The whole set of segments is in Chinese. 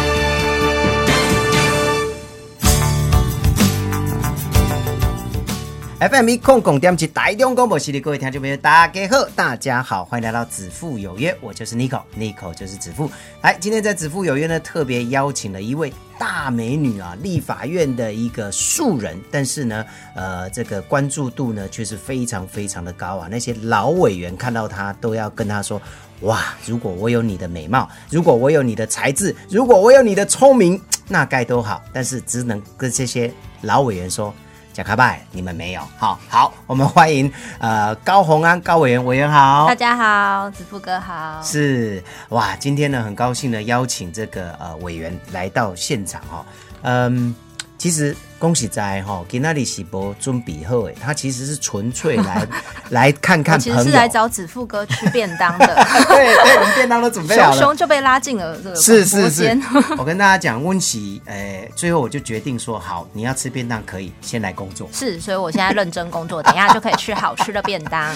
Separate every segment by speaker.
Speaker 1: FM 一空空点起台中广播系列，各位听众朋友，大家好，大家好，欢迎来到子父有约，我就是 Nico，Nico 就是子父。来，今天在子父有约呢，特别邀请了一位大美女啊，立法院的一个素人，但是呢，呃，这个关注度呢却是非常非常的高啊，那些老委员看到她都要跟她说。哇！如果我有你的美貌，如果我有你的才智，如果我有你的聪明，那该多好。但是只能跟这些老委员说，贾卡拜，你们没有。好好，我们欢迎呃高红安高委员委员好，
Speaker 2: 大家好，子富哥好。
Speaker 1: 是哇，今天呢很高兴的邀请这个呃委员来到现场哈、嗯，其实恭喜在哈，给那里喜博尊比后诶，他其实是纯粹 来来看
Speaker 2: 我
Speaker 1: 看
Speaker 2: 其
Speaker 1: 朋
Speaker 2: 实
Speaker 1: 友，
Speaker 2: 是来找子富哥吃便当的，
Speaker 1: 对对，我们便当都准备好
Speaker 2: 熊
Speaker 1: 了，
Speaker 2: 熊就被拉进了这个
Speaker 1: 是
Speaker 2: 广
Speaker 1: 是
Speaker 2: 播
Speaker 1: 是
Speaker 2: 间，
Speaker 1: 我跟大家讲，温习，呃，最后我就决定说，好，你要吃便当可以，先来工作。
Speaker 2: 是，所以我现在认真 工作，等一下就可以吃好吃的便当。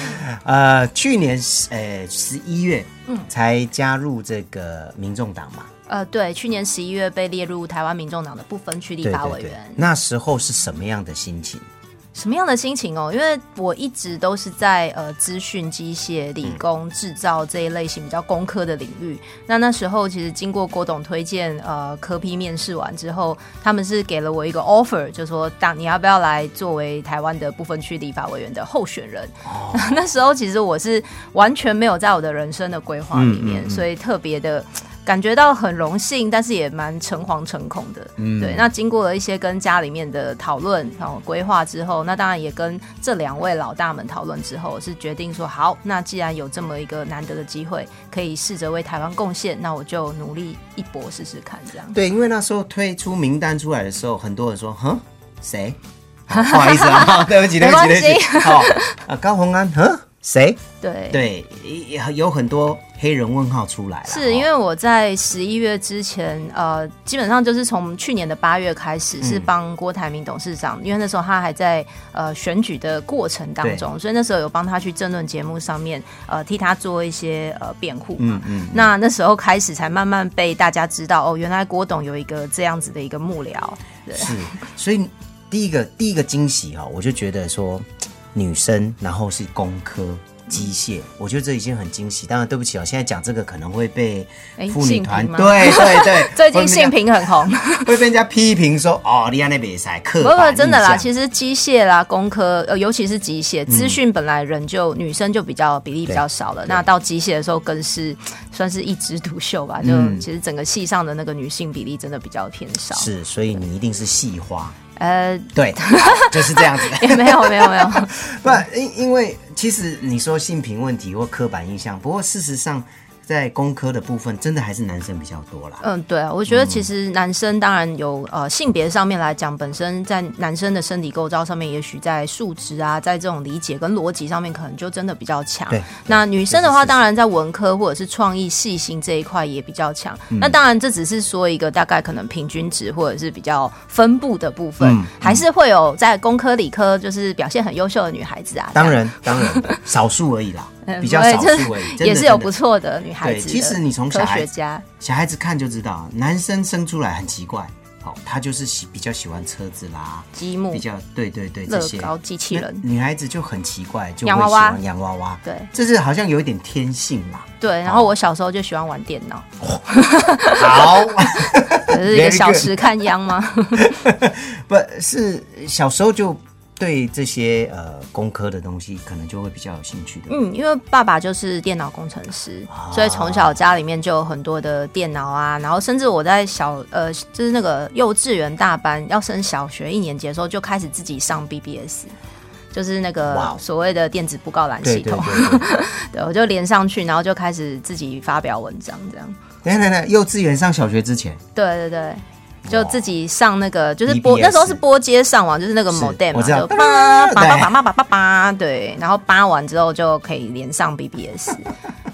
Speaker 1: 呃，去年呃十一月，嗯，才加入这个民众党嘛，
Speaker 2: 呃，对，去年十一月被列入台湾民众党的不分区立
Speaker 1: 对
Speaker 2: 法
Speaker 1: 对
Speaker 2: 委
Speaker 1: 对
Speaker 2: 员，。
Speaker 1: 那时候是什么样的心情？
Speaker 2: 什么样的心情哦？因为我一直都是在呃资讯、机械、理工、制造这一类型比较工科的领域。那那时候其实经过郭董推荐，呃，科批面试完之后，他们是给了我一个
Speaker 1: 哦
Speaker 2: offer，就说当你要不要来作为台湾的不分区立法委员的候选人？
Speaker 1: 哦
Speaker 2: 那时候其实我是完全没有在我的人生的规划里面，
Speaker 1: 嗯嗯嗯
Speaker 2: 所以特别的。感觉到很荣幸，但是也蛮诚惶诚恐的。
Speaker 1: 嗯
Speaker 2: 对，那经过了一些跟家里面的讨论、然后规划之后，那当然也跟这两位老大们讨论之后，是决定说好，那既然有这么一个难得的机会，可以试着为台湾贡献，那我就努力一搏试试看，这样。
Speaker 1: 对，因为那时候推出名单出来的时候，很多人说，哼，谁？ 好不好意思啊， 对不起，对不起，
Speaker 2: 没关
Speaker 1: 对
Speaker 2: 系
Speaker 1: 不起。好，啊，高红安，哼，谁？
Speaker 2: 对。
Speaker 1: 对，也有很多黑人问号出来了。
Speaker 2: 是因为我在十一月之前，呃，基本上就是从去年的八月开始，
Speaker 1: 嗯
Speaker 2: 是帮郭台铭董事长，因为那时候他还在呃选举的过程当中，所以那时候有帮他去政论节目上面，呃，替他做一些呃辩护
Speaker 1: 嗯
Speaker 2: 嘛。
Speaker 1: 嗯，
Speaker 2: 那那时候开始才慢慢被大家知道哦，原来郭董有一个这样子的一个幕僚，对
Speaker 1: 是，嗯所以第一个第一个惊喜哈、我就觉得说女生，然后是工科。机
Speaker 2: 嗯
Speaker 1: 械，我觉得这已经很惊喜。当然，对不起哦，现在讲这个可能会被
Speaker 2: 哎
Speaker 1: 妇女团
Speaker 2: 性平吗
Speaker 1: 对对
Speaker 2: ，
Speaker 1: 对
Speaker 2: 最近性平很红。
Speaker 1: 会被人家会被人家批评说哦，你安那比赛刻
Speaker 2: 不不，
Speaker 1: 板
Speaker 2: 真的
Speaker 1: 印
Speaker 2: 啦，
Speaker 1: 象嗯
Speaker 2: 其实机械啦、工科，呃，尤其是机械资讯，本来人就、女生就比较比例比较少了，那到机械的时候更是算是一枝独秀吧，就、
Speaker 1: 嗯
Speaker 2: 其实整个系上的那个女性比例真的比较偏少。，
Speaker 1: 是，所以你一定是细 花，
Speaker 2: 呃，
Speaker 1: 对，就是这样子。
Speaker 2: 也没有没有没有，
Speaker 1: 不，因因为其实你说性平问题或刻板印象，不过事实上在工科的部分，真的还是男生比较多啦。
Speaker 2: 嗯，对啊，我觉得其实男生当然有呃性别上面来讲，本身在男生的身体构造上面，也许在数值啊，在这种理解跟逻辑上面，可能就真的比较强
Speaker 1: 对。
Speaker 2: 那女生的
Speaker 1: 是
Speaker 2: 话，
Speaker 1: 是
Speaker 2: 当然在文科或者是创意、细心这一块也比较强。
Speaker 1: 嗯
Speaker 2: 那当然，这只是说一个大概可能平均值或者是比较分布的部分，
Speaker 1: 嗯
Speaker 2: 还是会有在工科、理科就是表现很优秀的女孩子啊。
Speaker 1: 当然，当然，少数而已 啦，比较
Speaker 2: 对
Speaker 1: 少
Speaker 2: 嗯这
Speaker 1: 数而已，真的
Speaker 2: 也是有
Speaker 1: 真的
Speaker 2: 不错的女孩
Speaker 1: 对
Speaker 2: 子的。
Speaker 1: 其实你从小
Speaker 2: 科
Speaker 1: 孩
Speaker 2: 学
Speaker 1: 子
Speaker 2: 家。
Speaker 1: 小孩子看就知道，男生生出来很奇怪，好、他就是喜比较喜欢车子啦，
Speaker 2: 积木
Speaker 1: 比较对对对这
Speaker 2: 哦乐
Speaker 1: 些
Speaker 2: 高机器人
Speaker 1: 那女孩子就很奇怪，就会
Speaker 2: 洋娃娃
Speaker 1: 喜欢洋娃娃，
Speaker 2: 对
Speaker 1: 这是好像有一点天性 啦。
Speaker 2: 对，然后我小时候就喜欢玩电脑，
Speaker 1: 好，
Speaker 2: 可是一
Speaker 1: Very
Speaker 2: 个
Speaker 1: good
Speaker 2: 小时看央吗？
Speaker 1: 不是小时候就对这些呃工科的东西，可能就会比较有兴趣的。
Speaker 2: 嗯，因为爸爸就是电脑工程师，
Speaker 1: 啊
Speaker 2: 所以从小家里面就有很多的电脑啊，然后甚至我在小呃，就是那个幼稚园大班要升小学一年级的时候，就开始自己上 BBS。就是那
Speaker 1: 哇
Speaker 2: 个
Speaker 1: 哦
Speaker 2: 所谓的电子布告栏
Speaker 1: 对
Speaker 2: 系
Speaker 1: 对
Speaker 2: 统，
Speaker 1: 对对，
Speaker 2: 对我就连上去，然后就开始自己发表文章，这样。
Speaker 1: 等一下等一下，幼稚园上小学之前，
Speaker 2: 对对对，就自己上那个，就是拨
Speaker 1: BBS
Speaker 2: 那时候是拨接上网，就是那个
Speaker 1: 是
Speaker 2: modem
Speaker 1: 我
Speaker 2: 嘛，
Speaker 1: 知道
Speaker 2: 就叭叭
Speaker 1: 对
Speaker 2: 叭叭叭叭叭叭，对，然后扒完之后就可以连上 BBS，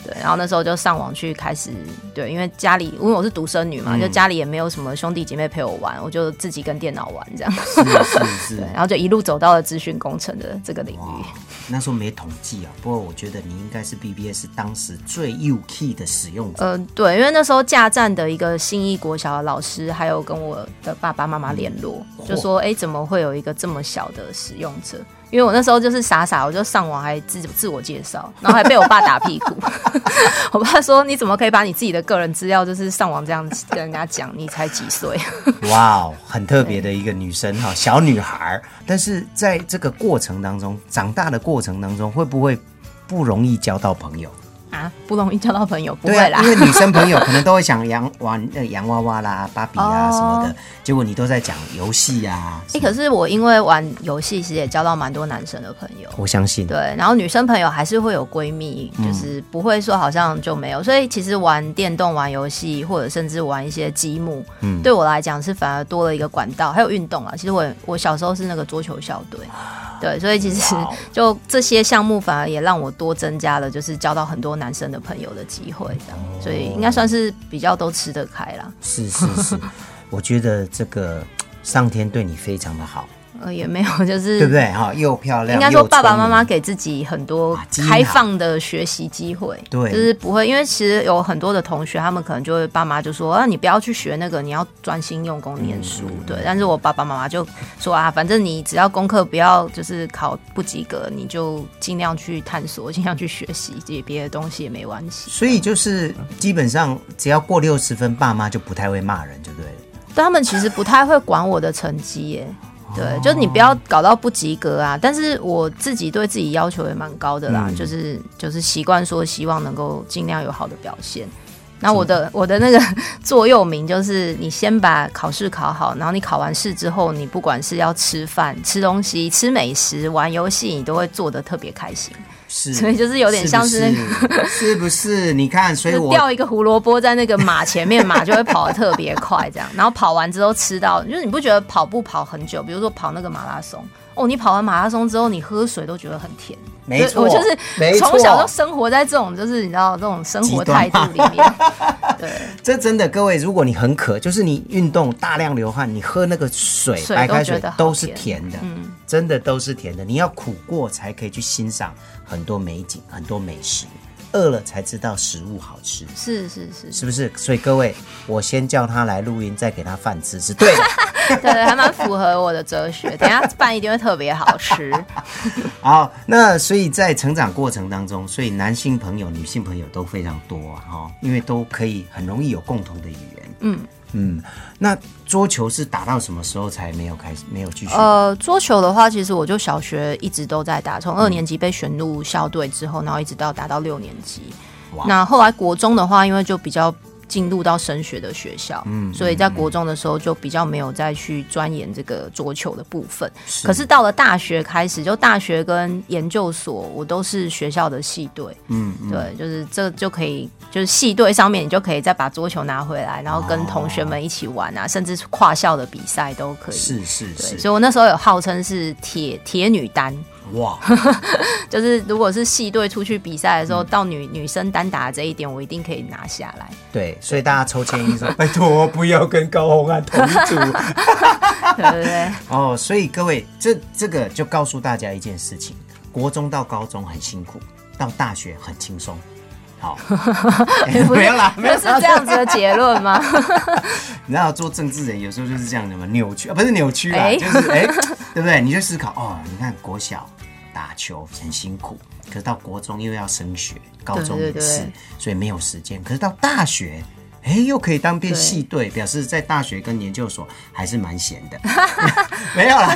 Speaker 2: 对，然后那时候就上网去开始，对，因为家里因为我是独生女嘛，就家里也没有什么兄弟姐妹陪我玩，我就自己跟电脑玩这样，
Speaker 1: 嗯是是是
Speaker 2: 对，，然后就一路走到了资讯工程的这个领域
Speaker 1: 哇。，哦那时候没统计啊，不过我觉得你应该是 BBS 当时最 U key 的使用者。
Speaker 2: 呃，对，因为那时候架站的一个信义国小的老师，还有跟我的爸爸妈妈联络，
Speaker 1: 嗯
Speaker 2: 就说，哎，怎么会有一个这么小的使用者？因为我那时候就是傻傻，我就上网还自自我介绍，然后还被我爸打屁股。 我爸说：“你怎么可以把你自己的个人资料，就是上网这样子跟人家讲？你才几岁？”
Speaker 1: 哇哦，很特别的一个女生哈，小女孩儿。但是在这个过程当中，长大的过程当中，会不会不容易交到朋友？
Speaker 2: 啊，不容易交到朋友，不
Speaker 1: 对
Speaker 2: 会
Speaker 1: 啊，
Speaker 2: 啦
Speaker 1: 因。为女生朋友可能都会想洋玩呃洋娃娃啦、芭比啊
Speaker 2: 哦
Speaker 1: 什么的，结果你都在讲游戏啊。
Speaker 2: 哎、可是我因为玩游戏，其实也交到蛮多男生的朋友。
Speaker 1: 我相信，
Speaker 2: 对，然后女生朋友还是会有闺蜜，
Speaker 1: 嗯
Speaker 2: 就是不会说好像就没有。所以其实玩电动、玩游戏，或者甚至玩一些积木，
Speaker 1: 嗯
Speaker 2: 对我来讲是反而多了一个管道，还有运动啊。其实我我小时候是那个桌球校队，对，所以其实
Speaker 1: 啊哇哦
Speaker 2: 就这些项目反而也让我多增加了，就是交到很多男生的朋友的机会，这样，所以应该算是比较都吃得开啦。
Speaker 1: 是是是，我觉得这个上天对你非常的好，
Speaker 2: 呃，也没有，就是
Speaker 1: 对不对哈？又漂亮，
Speaker 2: 应该说
Speaker 1: 又
Speaker 2: 爸爸
Speaker 1: 聪
Speaker 2: 妈
Speaker 1: 明
Speaker 2: 妈给自己很多
Speaker 1: 啊基因好
Speaker 2: 开放的学习机会，
Speaker 1: 对
Speaker 2: 就是不会，因为其实有很多的同学，他们可能就会爸妈就说啊，你不要去学那个，你要专心用功念书，
Speaker 1: 嗯
Speaker 2: 对。但是我爸爸妈妈就说啊，反正你只要功课不要就是考不及格，你就尽量去探索，尽量去学习，这些别的东西也没关系。
Speaker 1: 所以就是基本上只要过六十分，爸妈就不太会骂人，就对了。
Speaker 2: 但他们其实不太会管我的成绩耶。对，就是你不要搞到不及格啊！但是我自己对自己要求也蛮高的啦，就是就是习惯说希望能够尽量有好的表现。那我的我的那个 座右铭就是：你先把考试考好，然后你考完试之后，你不管是要吃饭、吃东西、吃美食、玩游戏，你都会做的特别开心。
Speaker 1: 是，
Speaker 2: 所以就是有点像是
Speaker 1: 是不是是不是？你看，所以
Speaker 2: 就
Speaker 1: 哎我
Speaker 2: 掉一个胡萝卜在那个马前面，马就会跑得特别快，这样。然后跑完之后吃到，就是你不觉得跑步跑很久，比如说跑那个马拉松，哦，你跑完马拉松之后，你喝水都觉得很甜。
Speaker 1: 没错，
Speaker 2: 我就
Speaker 1: 没
Speaker 2: 是
Speaker 1: 错
Speaker 2: 从小就生活在这种，就是你知道这种生活态度里 面。对，
Speaker 1: 这真的，各位，如果你很渴，就是你运动大量流汗，你喝那个水，
Speaker 2: 水
Speaker 1: 白开
Speaker 2: 都
Speaker 1: 水
Speaker 2: 觉得好
Speaker 1: 都是
Speaker 2: 甜
Speaker 1: 甜的，
Speaker 2: 嗯
Speaker 1: 真的都是甜的。你要苦过才可以去欣赏很多美景、很多美食，饿了才知道食物好吃。
Speaker 2: 是是是，
Speaker 1: 是不是？所以各位，我先叫他来录音，再给他饭吃，是对的。
Speaker 2: 对对，还蛮符合我的哲学。等一下饭一定会特别好吃。
Speaker 1: 好，那所以在成长过程当中，所以男性朋友、女性朋友都非常多啊，哈、因为都可以很容易有共同的语言。嗯嗯，那桌球是打到什么时候才没有开始，没有继续？
Speaker 2: 呃，桌球的话，其实我就小学一直都在打，从
Speaker 1: 嗯
Speaker 2: 二年级被选入校队之后，然后一直到打到六年级
Speaker 1: 哇。
Speaker 2: 那后来国中的话，因为就比较进入到升学的学校，
Speaker 1: 嗯
Speaker 2: 所以在国中的时候就比较没有再去钻研这个桌球的部分。可是到了大学开始，就大学跟研究所，我都是学校的系队，
Speaker 1: 嗯，嗯
Speaker 2: 对，就是这就可以，就是系队上面你就可以再把桌球拿回来，然后
Speaker 1: 哦
Speaker 2: 跟同学们一起玩啊，甚至是跨校的比赛都可以。
Speaker 1: 是是
Speaker 2: 对，
Speaker 1: 是，
Speaker 2: 所以我那时候有号称是铁铁女单，
Speaker 1: 哇，
Speaker 2: 就是如果是系队出去比赛的时
Speaker 1: 嗯
Speaker 2: 候，到女女生单打这一点，我一定可以拿下 来。
Speaker 1: 对，所以大家抽签一说， 拜托不要跟高红安同一组。
Speaker 2: 对对对，
Speaker 1: 哦，所以各位，这这个就告诉大家一件事情：国中到高中很辛苦，到大学很轻松。 好， 哎
Speaker 2: 不是
Speaker 1: 没有 啦，没有
Speaker 2: 不是这样子的结论吗？
Speaker 1: 你知道做政治人有时候就是这样的嘛，扭曲啊，不是扭曲啊，
Speaker 2: 哎
Speaker 1: 就是 哎、对不对？你就思考哦，你看国小打球很辛苦，可是到国中又要升学，高中也是，
Speaker 2: 对对对
Speaker 1: 所以没有时间。可是到大学。哎，又可以当变系队，表示在大学跟研究所还是蛮闲 的，没有啦。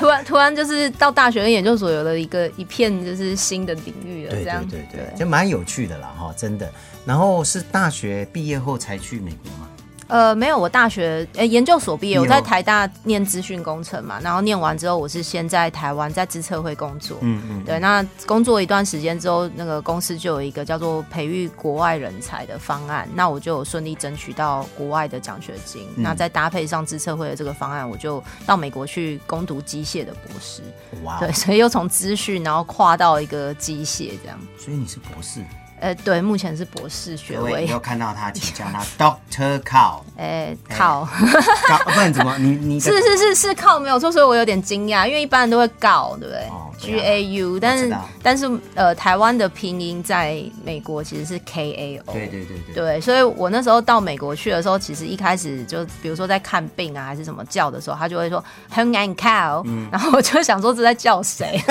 Speaker 2: 突然突然就是到大学跟研究所有了一个一片就是新的领域了，
Speaker 1: 对
Speaker 2: 这样
Speaker 1: 对对对，就蛮有趣的啦哈，真的。然后是大学毕业后才去美国吗？
Speaker 2: 呃，没有，我大学呃研究所毕业，
Speaker 1: 有
Speaker 2: 我在台大念资讯工程嘛，然后念完之后，我是先在台湾在资策会工作，
Speaker 1: 嗯嗯，
Speaker 2: 对，那工作一段时间之后，那个公司就有一个叫做培育国外人才的方案，那我就有顺利争取到国外的奖学金，
Speaker 1: 嗯
Speaker 2: 那再搭配上自测会的这个方案，我就到美国去攻读机械的博士，
Speaker 1: 哇哦，
Speaker 2: 对，所以又从资讯然后跨到一个机械这样，
Speaker 1: 所以你是博士，
Speaker 2: 呃，对，目前是博士学
Speaker 1: 各位
Speaker 2: 位
Speaker 1: 以后，看到他，请叫他 Doctor Cow，
Speaker 2: 哎，靠，
Speaker 1: 高啊不然怎么你你的
Speaker 2: 是是是是靠没有错，所以我有点惊讶，因为一般人都会告，对不对
Speaker 1: 哦对
Speaker 2: ？G
Speaker 1: 啊
Speaker 2: A U，但
Speaker 1: 知
Speaker 2: 是
Speaker 1: 道
Speaker 2: 但是呃，台湾的拼音在美国其实是 K A O，
Speaker 1: 对对对对，
Speaker 2: 对，所以我那时候到美国去的时候，其实一开始就比如说在看病啊还是什么叫的时候，他就会说 “hung and cow”，、然
Speaker 1: 嗯
Speaker 2: 后我就想说这在叫谁，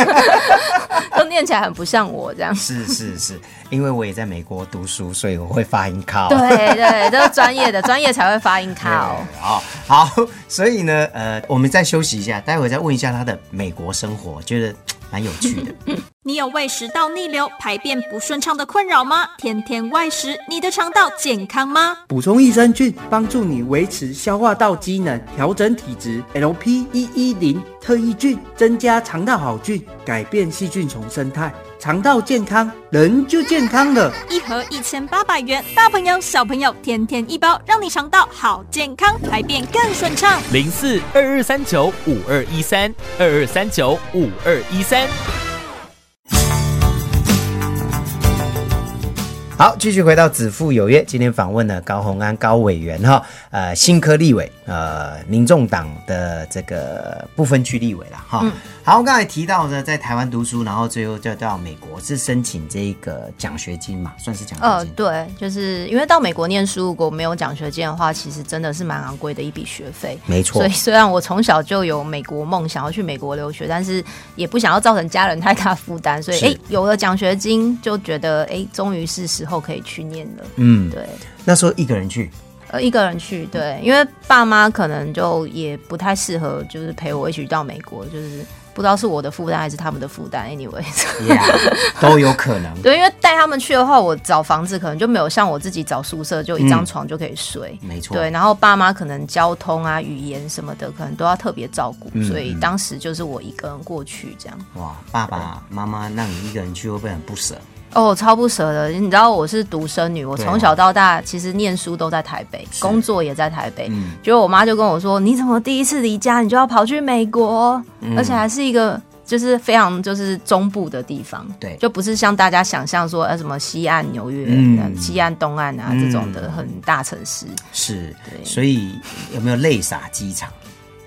Speaker 2: 就念起来很不像我这样。
Speaker 1: 是是是，因为我也在美国读书，所以我会发音 Cow。
Speaker 2: 对对，这是专业的，专业才会发音 cow。
Speaker 1: 好好，所以呢，呃，我们再休息一下，待会再问一下他的美国生活，觉得嘖蛮有趣的。
Speaker 3: 你有胃食道逆流、排便不顺畅的困扰吗？天天外食，你的肠道健康吗？
Speaker 4: 补充益生菌，帮助你维持消化道机能，调整体质。LP 一一零特异菌增加肠道好菌，改变细菌丛生态，肠道健康，人就健康了。
Speaker 3: 一盒一千八百元，大朋友小朋友天天一包，让你肠道好健康，排便更顺畅。
Speaker 5: 零四二二三九五二一三二二三九五二一三。
Speaker 1: 好，继续回到子父有约，今天访问了高鸿安高委员哈，呃，新科立委，呃，民众党的这个不分区立委了哈。嗯好，刚才提到呢，在台湾读书，然后最后就到美国是申请这个奖学金嘛，算是奖
Speaker 2: 呃
Speaker 1: 学，金。
Speaker 2: 对，就是因为到美国念书，如果没有奖学金的话，其实真的是蛮昂贵的一笔学费。
Speaker 1: 没错
Speaker 2: 所以虽然我从小就有美国梦，想要去美国留学，但是也不想要造成家人太大负担，所以
Speaker 1: 是
Speaker 2: 哎、诶有了奖学金，就觉得哎、诶终于是时候可以去念了。
Speaker 1: 嗯，
Speaker 2: 对，
Speaker 1: 那时候一个人去，
Speaker 2: 呃，一个人去，对，因为爸妈可能就也不太适合，就是陪我一起到美国，就是不知道是我的负担还是他们的负担，anyway。
Speaker 1: yeah, 都有可能。
Speaker 2: 对，因为带他们去的话，我找房子可能就没有像我自己找宿舍，就一张床就可以睡。
Speaker 1: 嗯没错，
Speaker 2: 对，然后爸妈可能交通啊、语言什么的，可能都要特别照顾，
Speaker 1: 嗯
Speaker 2: 所以当时就是我一个人过去这样。
Speaker 1: 哇，爸爸妈妈让你一个人去，会不会很不舍？
Speaker 2: 哦，超不舍的，你知道我是独生女，我
Speaker 1: 对啊
Speaker 2: 从小到大其实念书都在台北，工作也在台北。
Speaker 1: 嗯
Speaker 2: 结果我妈就跟我说：“你怎么第一次离家你就要跑去美国，
Speaker 1: 嗯
Speaker 2: 而且还是一个。”就是非常就是中部的地方，
Speaker 1: 对
Speaker 2: 就不是像大家想象说呃什么西岸纽约、
Speaker 1: 嗯
Speaker 2: 呃西岸东岸啊、这种的很大城市，
Speaker 1: 是，
Speaker 2: 对
Speaker 1: 所以有没有泪洒机场？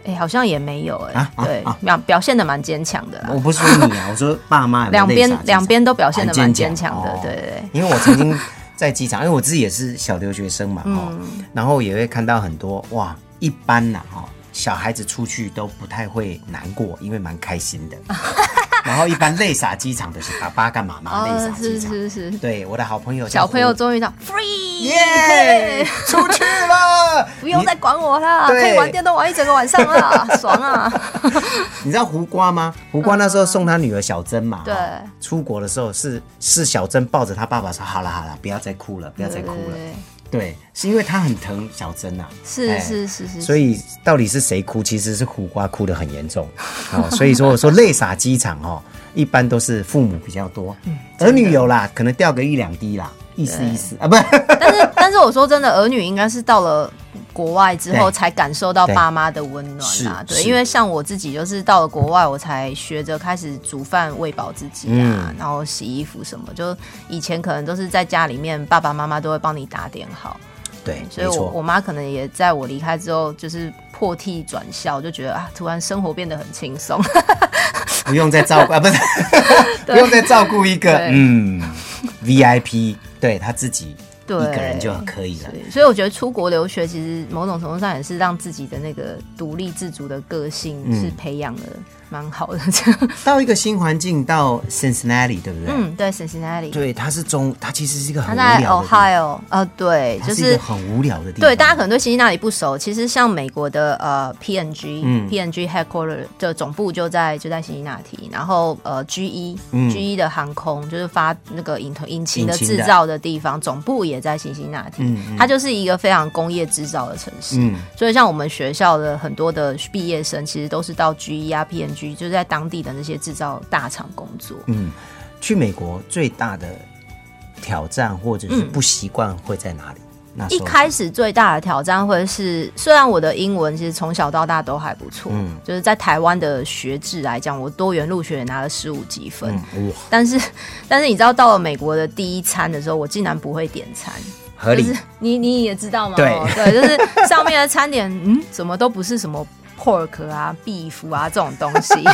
Speaker 2: 哎、好像也没有哎、
Speaker 1: 啊啊
Speaker 2: 对，表、表现的蛮坚强的啦
Speaker 1: 我，不是说你 啊，我说爸妈有没有
Speaker 2: 两
Speaker 1: 泪洒机
Speaker 2: 边
Speaker 1: 场
Speaker 2: 两边都表现的蛮坚强的，
Speaker 1: 哦
Speaker 2: 对对对。
Speaker 1: 因为我曾经在机场，因为我自己也是小留学生嘛，
Speaker 2: 嗯
Speaker 1: 哦，然后也会看到很多哇，一般呐、哦，小孩子出去都不太会难过，因为蛮开心 的。然后一般泪洒机场的是爸爸跟妈妈泪洒机
Speaker 2: 哦是
Speaker 1: 场。
Speaker 2: 是是，
Speaker 1: 对，我的好朋友叫
Speaker 2: 小朋友
Speaker 1: 胡
Speaker 2: 终于到 free，
Speaker 1: 耶，出去了，
Speaker 2: 不用再管我啦，
Speaker 1: 对
Speaker 2: 可以玩电动玩一整个晚上啦，爽啊！
Speaker 1: 你知道胡瓜吗？胡瓜那时候送他女儿小珍嘛，
Speaker 2: 对
Speaker 1: 哈出国的时候是是小珍抱着他爸爸说：“好了好了，不要再哭了，不要再哭了。对，是因为他很疼小珍呐、
Speaker 2: 是
Speaker 1: 哎
Speaker 2: 是是是，
Speaker 1: 所以到底是谁哭？其实是胡瓜哭得很严 重，哦，所以说我说泪洒机场哦，一般都是父母比较多，
Speaker 2: 嗯
Speaker 1: 儿女有啦，可能掉个一两滴啦，意思意思啊，不，
Speaker 2: 但是但是我说真的，儿女应该是到了。国外之后
Speaker 1: 对
Speaker 2: 才感受到爸妈的温暖啦，
Speaker 1: 是
Speaker 2: 对，
Speaker 1: 是
Speaker 2: 因为像我自己就是到了国外，我才学着开始煮饭喂饱自己啊，然后洗衣服什么，就以前可能都是在家里面，爸爸妈妈都会帮你打点好，
Speaker 1: 对，
Speaker 2: 所以
Speaker 1: 没
Speaker 2: 我我
Speaker 1: 错，
Speaker 2: 妈可能也在我离开之后，就是破涕转笑，就觉得啊，突然生活变得很轻松。
Speaker 1: 不用再照顾 啊，不是，不用再照顾一个
Speaker 2: 对
Speaker 1: 嗯 VIP，对他自己一
Speaker 2: 对
Speaker 1: 个人就可以了。
Speaker 2: 对所以我觉得出国留学其实某种程度上也是让自己的那个独立自主的个性
Speaker 1: 嗯
Speaker 2: 是培养的蛮好的。这样，
Speaker 1: 到一个新环境，到 Cincinnati，对不对？
Speaker 2: 嗯，对，Cincinnati，
Speaker 1: 对，它是中，它其实是一个
Speaker 2: 他
Speaker 1: 很无
Speaker 2: 在
Speaker 1: 聊的地方，
Speaker 2: Ohio，呃，对，
Speaker 1: 它
Speaker 2: 就是
Speaker 1: 一
Speaker 2: 是
Speaker 1: 个很无聊的地方。
Speaker 2: 对，大家可能对辛辛那里不熟。其实像美国的呃 P&G、
Speaker 1: 嗯
Speaker 2: P&G headquarter 的总部就在就在辛辛那提，然后呃 GE、
Speaker 1: 嗯
Speaker 2: GE E 的航空就是发那个引头引擎的
Speaker 1: 引擎
Speaker 2: 制
Speaker 1: 的
Speaker 2: 造的地方，总部也在辛辛那提。
Speaker 1: 嗯嗯
Speaker 2: 它就是一个非常工业制造的城市。
Speaker 1: 嗯
Speaker 2: 所以像我们学校的很多的毕业生，其实都是到 GE 啊 P&G，就是在当地的那些制造大厂工作。
Speaker 1: 嗯，去美国最大的挑战或者是不习惯会在哪里？那
Speaker 2: 嗯一
Speaker 1: 时候
Speaker 2: 开始最大的挑战会是，虽然我的英文其实从小到大都还不错，
Speaker 1: 嗯
Speaker 2: 就是在台湾的学制来讲，我多元入学也拿了十五积分，
Speaker 1: 嗯哇，
Speaker 2: 但是 但是你知道到了美国的第一餐的时候，我竟然不会点餐，
Speaker 1: 合理
Speaker 2: 就是你你也知道吗？
Speaker 1: 对
Speaker 2: 哦对，就是上面的餐点， 嗯，怎么都不是什么 pork 啊、beef 啊这种东西，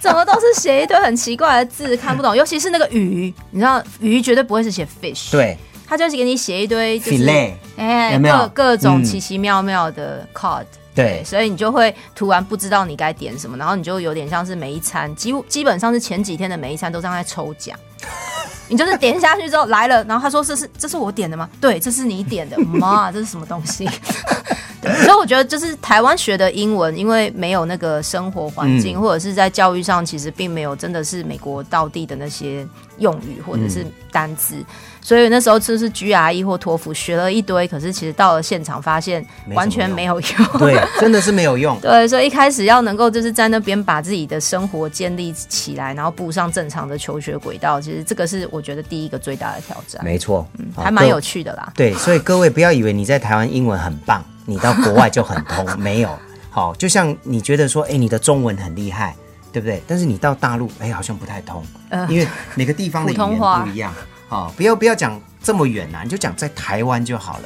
Speaker 2: 怎么都是写一堆很奇怪的字，看不懂。尤其是那个鱼，你知道鱼绝对不会是写 fish，，
Speaker 1: 对
Speaker 2: 他就是给你写一堆就是
Speaker 1: Fillet，
Speaker 2: 哎，
Speaker 1: 有没有
Speaker 2: 各各种
Speaker 1: 嗯
Speaker 2: 奇奇妙妙的 cod。
Speaker 1: 对
Speaker 2: 所以你就会突然不知道你该点什么，然后你就有点像是每一餐，几乎基本上是前几天的每一餐都像在抽 奖。你就是点下去之后来了，然后他说这是这是我点的吗？对，这是你点的。妈，这是什么东西？ 对所以我觉得就是台湾学的英文，因为没有那个生活环境，
Speaker 1: 嗯
Speaker 2: 或者是在教育上，其实并没有真的是美国到地的那些用语或者
Speaker 1: 嗯
Speaker 2: 是单字，所以那时候就是 GRE 或托福学了一堆，可是其实到了现场发现
Speaker 1: 没什么
Speaker 2: 完全
Speaker 1: 用
Speaker 2: 没有用。
Speaker 1: 对，啊真的是没有用。
Speaker 2: 对，所以一开始要能够就是在那边把自己的生活建立起来，然后步上正常的求学轨道，其实这个是我觉得第一个最大的挑战，
Speaker 1: 没错，好
Speaker 2: 嗯还蛮
Speaker 1: 各
Speaker 2: 有趣的啦。
Speaker 1: 对，所以各位不要以为你在台湾英文很棒，你到国外就很 通，没有。好，就像你觉得说，哎、你的中文很厉害，对不对？但是你到大陆，哎、好像不太通，
Speaker 2: 呃
Speaker 1: 因为每个地方的语
Speaker 2: 普通
Speaker 1: 言
Speaker 2: 话
Speaker 1: 不一样。好、不要不要讲这么远啦、啊你就讲在台湾就好了。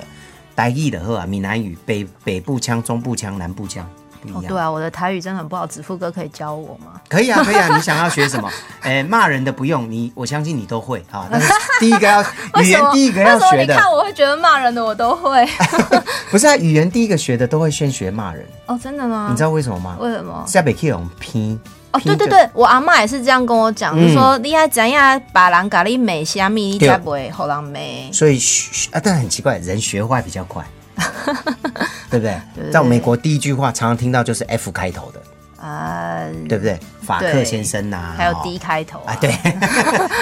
Speaker 1: 台语的话，闽南语北北部腔、中部腔、南部腔不一样。
Speaker 2: 哦，对啊，我的台语真的很不好，子富哥可以教我吗？
Speaker 1: 可以啊，可以啊，你想要学什 么？哎，骂人的不用你，我相信你都会啊。但是第一个要
Speaker 2: 为
Speaker 1: 语
Speaker 2: 什
Speaker 1: 言
Speaker 2: 么？，
Speaker 1: 第一个
Speaker 2: 为
Speaker 1: 要
Speaker 2: 什么
Speaker 1: 学
Speaker 2: 你
Speaker 1: 的，
Speaker 2: 看我会觉得骂人的我都会？
Speaker 1: 不是啊，语言第一个学的都会先学骂人，
Speaker 2: 哦，真的吗？
Speaker 1: 你知道为什么吗？
Speaker 2: 为什么？
Speaker 1: 下北可以用拼
Speaker 2: 哦，对
Speaker 1: 拼
Speaker 2: 对
Speaker 1: 着
Speaker 2: 对，我阿妈也是这样跟我讲，
Speaker 1: 嗯
Speaker 2: 就说你爱怎样把人咖喱美虾米，你
Speaker 1: 对
Speaker 2: 才不会后人美。
Speaker 1: 所以学学啊，但很奇怪，人学坏比较 快，对不对？
Speaker 2: 对
Speaker 1: 在我们美国第一句话常常听到就是 F 开头的，
Speaker 2: 啊，
Speaker 1: 对不对？法克先生呐、
Speaker 2: 还有
Speaker 1: 哦
Speaker 2: D 开头
Speaker 1: 嗯啊，对，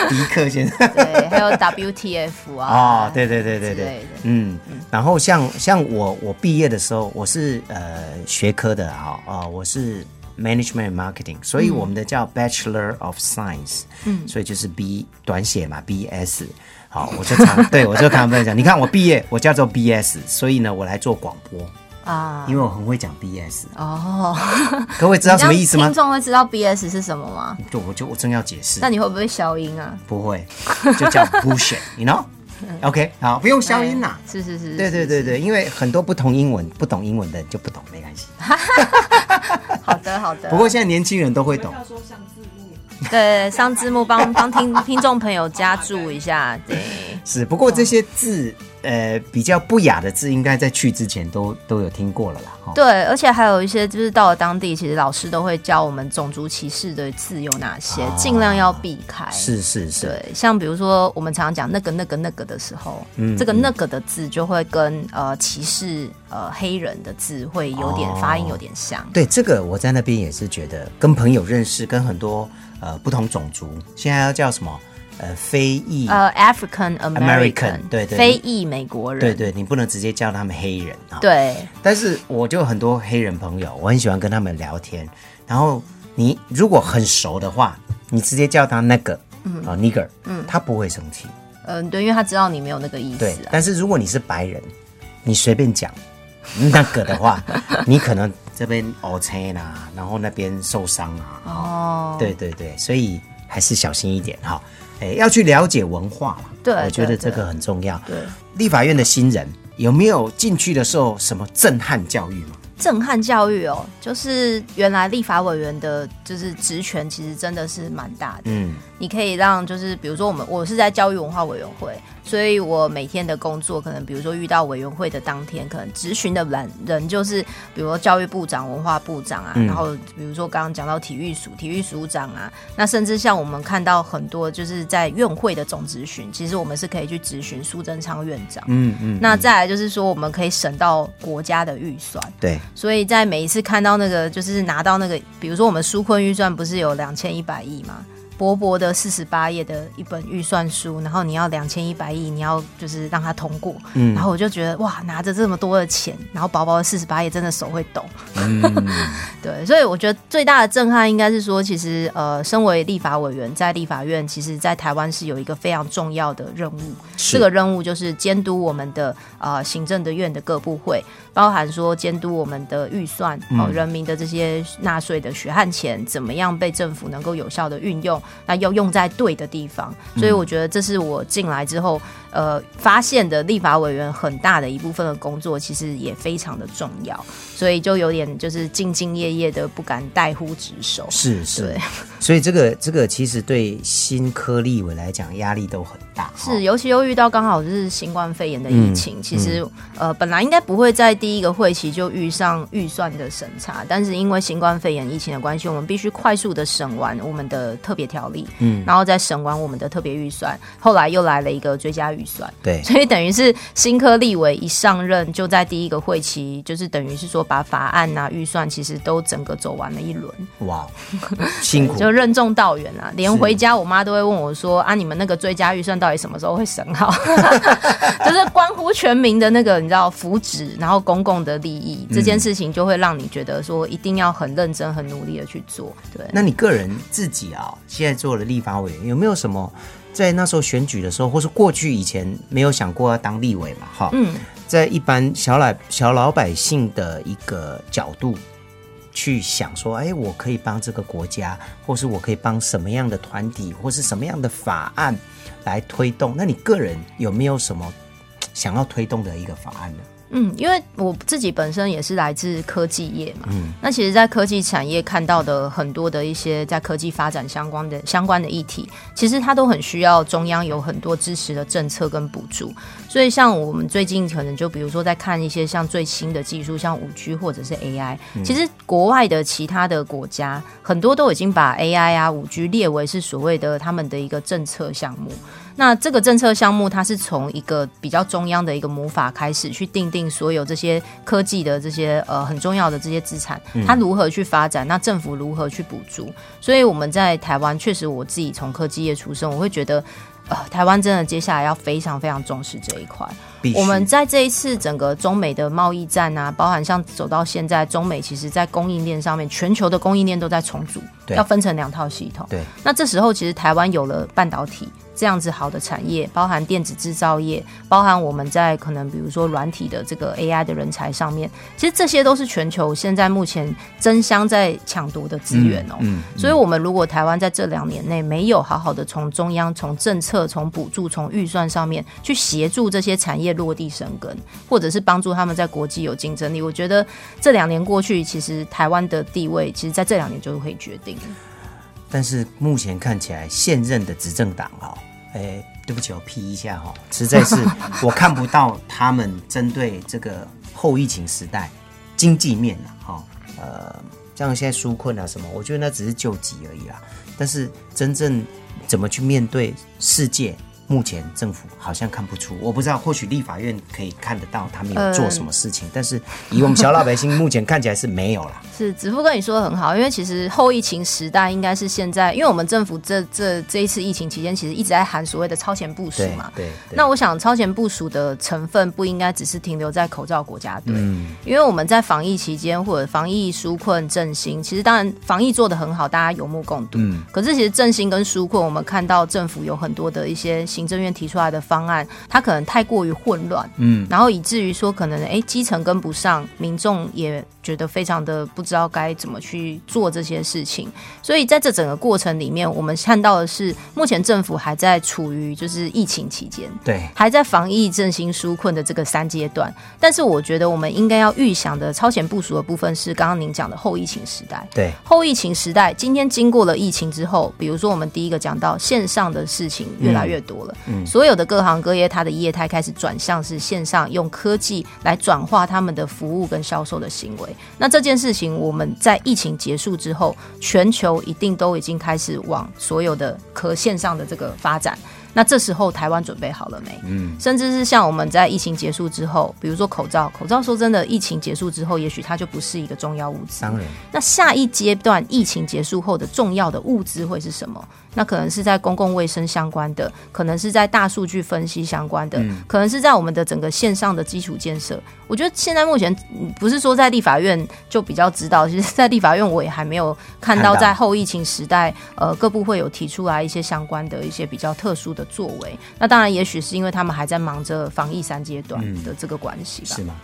Speaker 1: 迪克先 生。
Speaker 2: 对，还有 WTF 啊，
Speaker 1: 哦，对对对对
Speaker 2: 之
Speaker 1: 对
Speaker 2: 类的，
Speaker 1: 嗯，然后像像我我毕业的时候，我是呃学科的啊啊、哦我是 management and marketing，所以我们的叫 Bachelor of Science，嗯，所以就是 B 短写嘛，BS。好，我就 常对我就常分享，你看我毕业，我叫做 BS，所以呢，我来做广播，
Speaker 2: 啊，
Speaker 1: 因为我很会讲 BS。
Speaker 2: 哦，
Speaker 1: 各 位知道什么意思
Speaker 2: 你这样
Speaker 1: 吗
Speaker 2: 听？众会知道 BS 是什么吗？
Speaker 1: 对，我就我正要解释。
Speaker 2: 那你会不会消音啊？
Speaker 1: 不会，就叫 bullshit，you
Speaker 2: 嗯
Speaker 1: know？OK，、好，不用消音啦、
Speaker 2: 哎是是是，
Speaker 1: 对对
Speaker 2: 是，
Speaker 1: 对对，因为很多不同英文、不懂英文的人就不懂，没关系。
Speaker 2: 好的好的。
Speaker 1: 不过现在年轻人都会懂，
Speaker 2: 对对上字幕帮 帮听听众朋友加注一下，对，
Speaker 1: 是。不过这些字，呃，比较不雅的字，应该在去之前都都有听过了啦。哈，
Speaker 2: 对，而且还有一些就是到了当地，其实老师都会教我们种族歧视的字有哪些，尽量要避开。。
Speaker 1: 哦是是是，
Speaker 2: 对，像比如说我们常常讲那个那个那个的时候，
Speaker 1: 嗯
Speaker 2: 这个那个的字就会跟呃歧视呃黑人的字会有点、
Speaker 1: 哦
Speaker 2: 发音有点像。
Speaker 1: 对这个我在那边也是觉得，跟朋友认识，跟很多呃不同种族，现在要叫什么？呃，非裔。
Speaker 2: 呃，African
Speaker 1: American，
Speaker 2: American，
Speaker 1: 对对
Speaker 2: 非裔美国人，
Speaker 1: 对对，你不能直接叫他们黑人啊。
Speaker 2: 对
Speaker 1: 但是我就有很多黑人朋友，我很喜欢跟他们聊天。然后你如果很熟的话，你直接叫他那个，嗯，啊、n i g g e r 嗯，他不会生气。
Speaker 2: 嗯、对，因为他知道你没有那个意思
Speaker 1: 对，
Speaker 2: 啊，
Speaker 1: 但是如果你是白人，你随便讲那个的 话，你可能这边 O C 啦，然后那边受伤啊。
Speaker 2: 哦，
Speaker 1: 对对对，所以还是小心一点哈。哎，要去了解文化啦。
Speaker 2: 对
Speaker 1: 我觉得
Speaker 2: 对
Speaker 1: 这个很重要。
Speaker 2: 对，
Speaker 1: 立法院的新人有没有进去的时候什么震撼教育嘛？
Speaker 2: 震撼教育哦，就是原来立法委员的，就是职权其实真的是蛮大的，
Speaker 1: 嗯，
Speaker 2: 你可以让就是比如说我们我是在教育文化委员会，所以我每天的工作可能比如说遇到委员会的当天，可能咨询的人人就是比如说教育部长、文化部长啊，
Speaker 1: 嗯
Speaker 2: 然后比如说刚刚讲到体育署、体育署长啊，那甚至像我们看到很多就是在院会的总咨询，其实我们是可以去咨询苏贞昌院长。
Speaker 1: 嗯嗯，
Speaker 2: 那再来就是说，我们可以省到国家的预算，
Speaker 1: 对，
Speaker 2: 所以在每一次看到那个，就是拿到那个，比如说我们纾困预算不是有两千一百亿嘛，薄薄的四十八页的一本预算书，然后你要两千一百亿，你要就是让它通过，然后我就觉得哇，拿着这么多的钱，然后薄薄的四十八页，真的手会抖。 对，所以我觉得最大的震撼应该是说，其实呃，身为立法委员，在立法院，其实在台湾是有一个非常重要的任务，
Speaker 1: 是
Speaker 2: 这个任务就是监督我们的呃行政的院的各部会，包含说监督我们的预算哦、人民的这些纳税的血汗钱怎么样被政府能够有效的运用，那要用在对的地方。所以我觉得这是我进来之后呃发现的立法委员很大的一部分的工作，其实也非常的重要。所以就有点就是兢兢业业的，不敢怠忽职守。
Speaker 1: 是是
Speaker 2: 哦对，
Speaker 1: 所以这个这个其实对新科立委来讲压力都很大。
Speaker 2: 是，尤其又遇到刚好是新冠肺炎的疫情，其实、呃本来应该不会在第一个会期就遇上预算的审查，但是因为新冠肺炎疫情的关系，我们必须快速的审完我们的特别条例，嗯，然后再审完我们的特别预算，后来又来了一个追加预算，
Speaker 1: 对
Speaker 2: 所以等于是新科立委一上任就在第一个会期，就是等于是说把法案啊、预算其实都整个走完了一轮，
Speaker 1: 哇，辛苦
Speaker 2: 就任重道远啊！连回家，我妈都会问我说：“啊，你们那个追加预算到底什么时候会审好？” 就是关乎全民的那个你知道福祉，然后公共的利益、这
Speaker 1: 嗯
Speaker 2: 件事情，就会让你觉得说一定要很认真、很努力的去做。对，
Speaker 1: 那你个人自己啊、现在做了立法委员，有没有什么在那时候选举的时候，或是过去以前没有想过要当立委嘛？哈，
Speaker 2: 嗯，
Speaker 1: 在一般小老小老百姓的一个角度去想说，哎，我可以帮这个国家，或是我可以帮什么样的团体，或是什么样的法案来推动？那你个人有没有什么嘖想要推动的一个法案呢？
Speaker 2: 嗯，因为我自己本身也是来自科技业嘛，那其实，在科技产业看到的很多的一些在科技发展相关的相关的议题，其实它都很需要中央有很多支持的政策跟补助。所以，像我们最近可能就比如说在看一些像最新的技术，像五 G 或者是 AI，、其实国外的其他的国家很多都已经把 AI 啊五 G 列为是所谓的他们的一个政策项目。那这个政策项目，它是从一个比较中央的一个母法开始，去定定所有这些科技的这些呃很重要的这些资产，它如何去发展，那政府如何去补助。所以我们在台湾，确实我自己从科技业出身，我会觉得，呃，台湾真的接下来要非常非常重视这一块。
Speaker 1: 必须
Speaker 2: 我们在这一次整个中美的贸易战啊，包含像走到现在，中美其实在供应链上面，全球的供应链都在重组，
Speaker 1: 对
Speaker 2: 要分成两套系统。
Speaker 1: 对
Speaker 2: 那这时候其实台湾有了半导体。这样子好的产业，包含电子制造业，包含我们在可能比如说软体的这个 AI 的人才上面，其实这些都是全球现在目前争相在抢夺的
Speaker 1: 嗯
Speaker 2: 资源哦、所以，我们如果台湾在这两年内没有好好的从中央、从政策、从补助、从预算上面去协助这些产业落地生根，或者是帮助他们在国际有竞争力，我觉得这两年过去，其实台湾的地位，其实在这两年就会决定。
Speaker 1: 但是目前看起来，现任的执政党哦，哎，对不起，我批一下哈、哦，实在是我看不到他们针对这个后疫情时代经济面啊，哈、呃，像现在纾困啊什么，我觉得那只是救急而已啦。但是真正怎么去面对世界，目前政府好像看不出。我不知道，或许立法院可以看得到他们有做什么事情，但是以我们小老百姓目前看起来是没有啦。
Speaker 2: 是子富跟你说的很好，因为其实后疫情时代应该是现在，因为我们政府这这这一次疫情期间，其实一直在喊所谓的超前部署
Speaker 1: 对
Speaker 2: 嘛。
Speaker 1: 对，对
Speaker 2: 那我想，超前部署的成分不应该只是停留在口罩国家队，因为我们在防疫期间或者防疫纾困振兴，其实当然防疫做得很好，大家有目共睹。可是其实振兴跟纾困，我们看到政府有很多的一些行政院提出来的方案，它可能太过于混乱，嗯，然后以至于说可能诶基层跟不上，民众也觉得非常的不知道该怎么去做这些事情。所以在这整个过程里面，我们看到的是，目前政府还在处于就是疫情期间，
Speaker 1: 对
Speaker 2: 还在防疫、振兴、纾困的这个三阶段。但是我觉得我们应该要预想的超前部署的部分是刚刚您讲的后疫情时代。
Speaker 1: 对
Speaker 2: 后疫情时代，今天经过了疫情之后，比如说我们第一个讲到线上的事情越来越多了，所有的各行各业它的业态开始转向是线上，用科技来转化他们的服务跟销售的行为。那这件事情，我们在疫情结束之后，全球一定都已经开始往所有的可线上的这个发展。那这时候台湾准备好了没？嗯，甚至是像我们在疫情结束之后，比如说口罩，口罩说真的，疫情结束之后，也许它就不是一个重要物资。
Speaker 1: 当然
Speaker 2: 那下一阶段疫情结束后的重要的物资会是什么？那可能是在公共卫生相关的，可能是在大数据分析相关的，
Speaker 1: 嗯
Speaker 2: 可能是在我们的整个线上的基础建设。我觉得现在目前嗯不是说在立法院就比较知道，其实，在立法院我也还没有看
Speaker 1: 看
Speaker 2: 到
Speaker 1: 到
Speaker 2: 在后疫情时代，呃，各部会有提出来一些相关的一些比较特殊的作为。那当然，也许是因为他们还在忙着防疫三阶段
Speaker 1: 嗯
Speaker 2: 的这个关系吧。
Speaker 1: 是吗？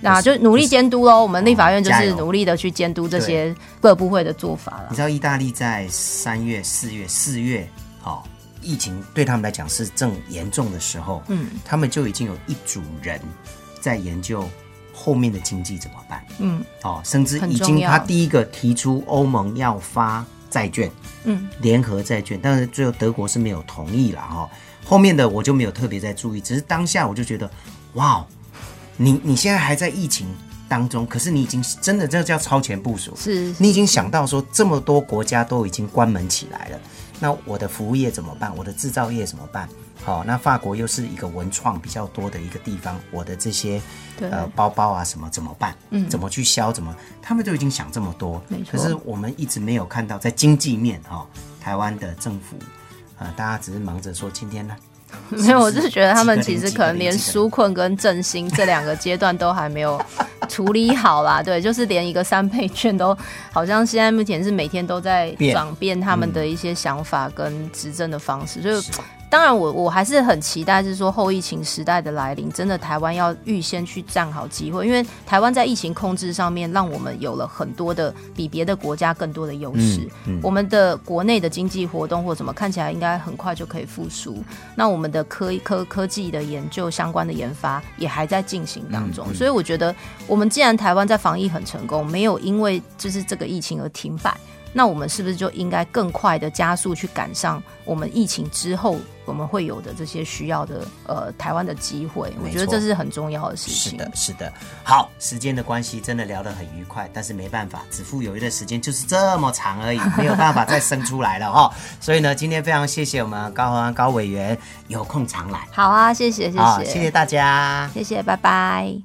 Speaker 2: 那就努力监督喽。我们立法院就
Speaker 1: 加
Speaker 2: 是
Speaker 1: 油
Speaker 2: 努力的去监督这些各部会的做法啦
Speaker 1: 你。知道意大利在三月、四月、四月，哦，疫情对他们来讲是正严重的时候，
Speaker 2: 嗯，
Speaker 1: 他们就已经有一组人在研究后面的经济怎么办，
Speaker 2: 嗯
Speaker 1: 哦，甚至
Speaker 2: 很
Speaker 1: 已
Speaker 2: 重
Speaker 1: 经
Speaker 2: 要
Speaker 1: 他第一个提出欧盟要发债券，
Speaker 2: 嗯，
Speaker 1: 联合债券，但是最后德国是没有同意了哈、后面的我就没有特别在注意，只是当下我就觉得，哇，哦你你现在还在疫情当中，可是你已经真的这叫超前部署，
Speaker 2: 是
Speaker 1: 你已经想到说这么多国家都已经关门起来了，那我的服务业怎么办？我的制造业怎么办？好、那法国又是一个文创比较多的一个地方，我的这些
Speaker 2: 对
Speaker 1: 呃包包啊什么怎么办？嗯，怎么去销？怎么？他们都已经想这么多
Speaker 2: 没，错
Speaker 1: 可是我们一直没有看到在经济面哈、台湾的政府呃，大家只是忙着说今天呢。
Speaker 2: 没有，我是觉得他们
Speaker 1: 几个
Speaker 2: 其实
Speaker 1: 零
Speaker 2: 可能连
Speaker 1: 几个零
Speaker 2: 纾困跟振 兴这两个阶段都还没有处理好啦。对，就是连一个三倍券都好像现在目前是每天都在
Speaker 1: 变
Speaker 2: 转变他们的一些想法跟执政的方式，就是。当然我，我还是很期待，是说后疫情时代的来临，真的台湾要预先去占好机会，因为台湾在疫情控制上面，让我们有了很多的比别的国家更多的优势。我们的国内的经济活动或什么看起来应该很快就可以复苏，那我们的科科科技的研究相关的研发也还在进行当
Speaker 1: 嗯
Speaker 2: 中，所以我觉得我们既然台湾在防疫很成功，没有因为就是这个疫情而停摆，那我们是不是就应该更快的加速去赶上我们疫情之后我们会有的这些需要的呃台湾的机会？我
Speaker 1: 没
Speaker 2: 觉得
Speaker 1: 错
Speaker 2: 这是很重要的事
Speaker 1: 是
Speaker 2: 情。
Speaker 1: 的，是的。好，时间的关系，真的聊得很愉快，但是没办法，子父有约的时间就是这么长而已，没有办法再生出来了 哈。所以呢，今天非常谢谢我们高宏安高委员有空常来
Speaker 2: 好啊，谢谢谢
Speaker 1: 啊，
Speaker 2: 谢
Speaker 1: 谢谢大家。
Speaker 2: 谢谢，拜拜。